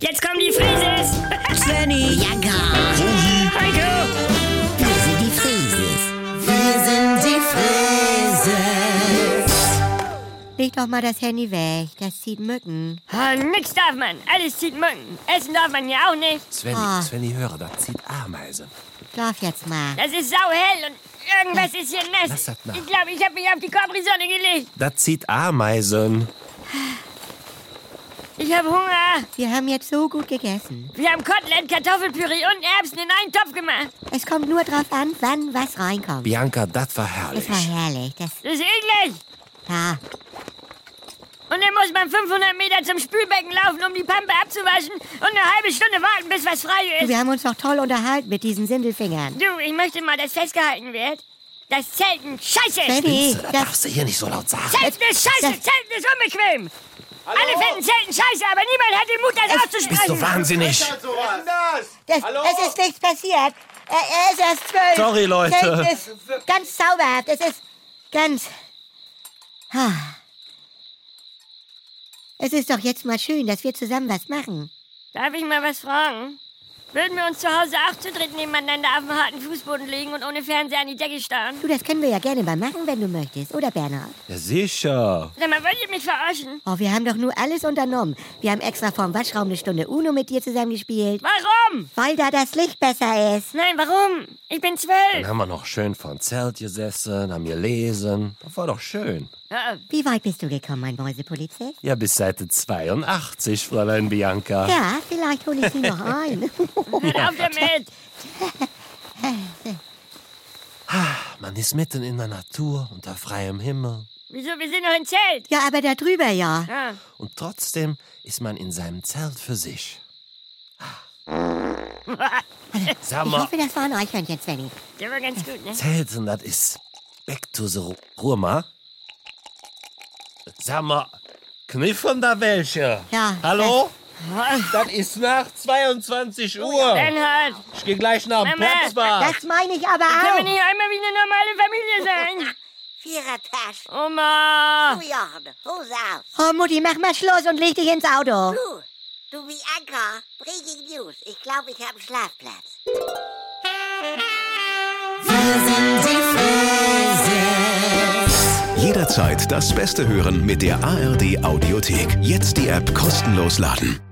Jetzt kommen die Frises! Svenny, Ja, gar. Heiko! Wir sind die Frieses. Wir sind die Frieses. leg doch mal das Handy weg, das zieht Mücken. Ah, nix darf man, alles zieht Mücken. Essen darf man ja auch nicht. Svenny, Ah. Svenny, höre, da zieht Ameise. Schlaf jetzt mal. Das ist sauhell und irgendwas ist hier Lass nass. das nach. Ich glaube, ich habe mich auf die Capri-Sonne gelegt. Da zieht Ameisen. Ich habe Hunger. Wir haben jetzt so gut gegessen. Wir haben Kotelett, Kartoffelpüree und Erbsen in einen Topf gemacht. Es kommt nur drauf an, wann was reinkommt. Bianca, das war Das herrlich. war herrlich. Das ah, Das ist eklig. war. Und dann muss man 500 Meter zum Spülbecken laufen, um die Pampe abzuwaschen und eine halbe Stunde warten, bis was frei Du, ist. wir haben uns doch toll unterhalten mit diesen Sindelfingern. Du, ich möchte mal, dass festgehalten wird, dass Zelten scheiße ist. Svenny, Da das. darfst du hier nicht so laut sagen. Zelten ist scheiße, Das- Zelten ist unbequem. Alle finden Zelten scheiße, aber niemand hat den Mut, das Bist du auszusprechen. wahnsinnig? das Hallo? Es ist nichts passiert. Er, er ist erst zwölf. Sorry, Leute. Kate ist ganz zauberhaft. Es ist ganz. Ah. Es ist doch jetzt mal schön, dass wir zusammen was machen. Darf ich mal was fragen? Würden wir uns zu Hause auch zu dritt nebeneinander auf dem harten Fußboden legen und ohne Fernseher an die Decke starren? Du, das können wir ja gerne mal machen, wenn du möchtest, oder Bernhard? Ja, sicher. Sag mal, wollt ihr mich verarschen? Oh, wir haben doch nur alles unternommen. Wir haben extra vorm Waschraum eine Stunde Uno mit dir zusammen gespielt, Warum? weil da das Licht besser ist. Nein, warum? Ich bin Dann zwölf. haben wir noch schön vor Zelt gesessen, haben gelesen. Das war doch schön. Ja, Wie weit bist du gekommen, mein Mäusepolizist? Ja, bis Seite 82, Fräulein Bianca. Ja, vielleicht hole ich sie noch ein. oh, Hört auf damit. Man ist mitten in der Natur, unter freiem Himmel. Wieso? Wir sind noch im Zelt. ja, aber da drüber ja. Ah, Und trotzdem ist man in seinem Zelt für sich. Ah. Sag Ich mal, hoffe, das war ein Eichhörnchen, Svenny. der war ganz gut, ne? Zelten, das ist back to the Roma. Sag mal, kniffen da welche? Ja. Hallo? Dann ist nach 22 Uhr. Bernhard, Ich gehe gleich nach dem Oh Mama, Platzbad. Das meine ich aber können wir auch. nicht einmal wie eine normale Familie sein? Vierertaschen, Oh, Oma, Jochen, Hose aus. Oh, Mutti, mach mal Schluss und leg dich ins Auto. Du, du Bianca, Breaking News. Ich glaube, ich habe einen Schlafplatz. Jederzeit das Beste hören mit der ARD Audiothek. Jetzt die App kostenlos laden.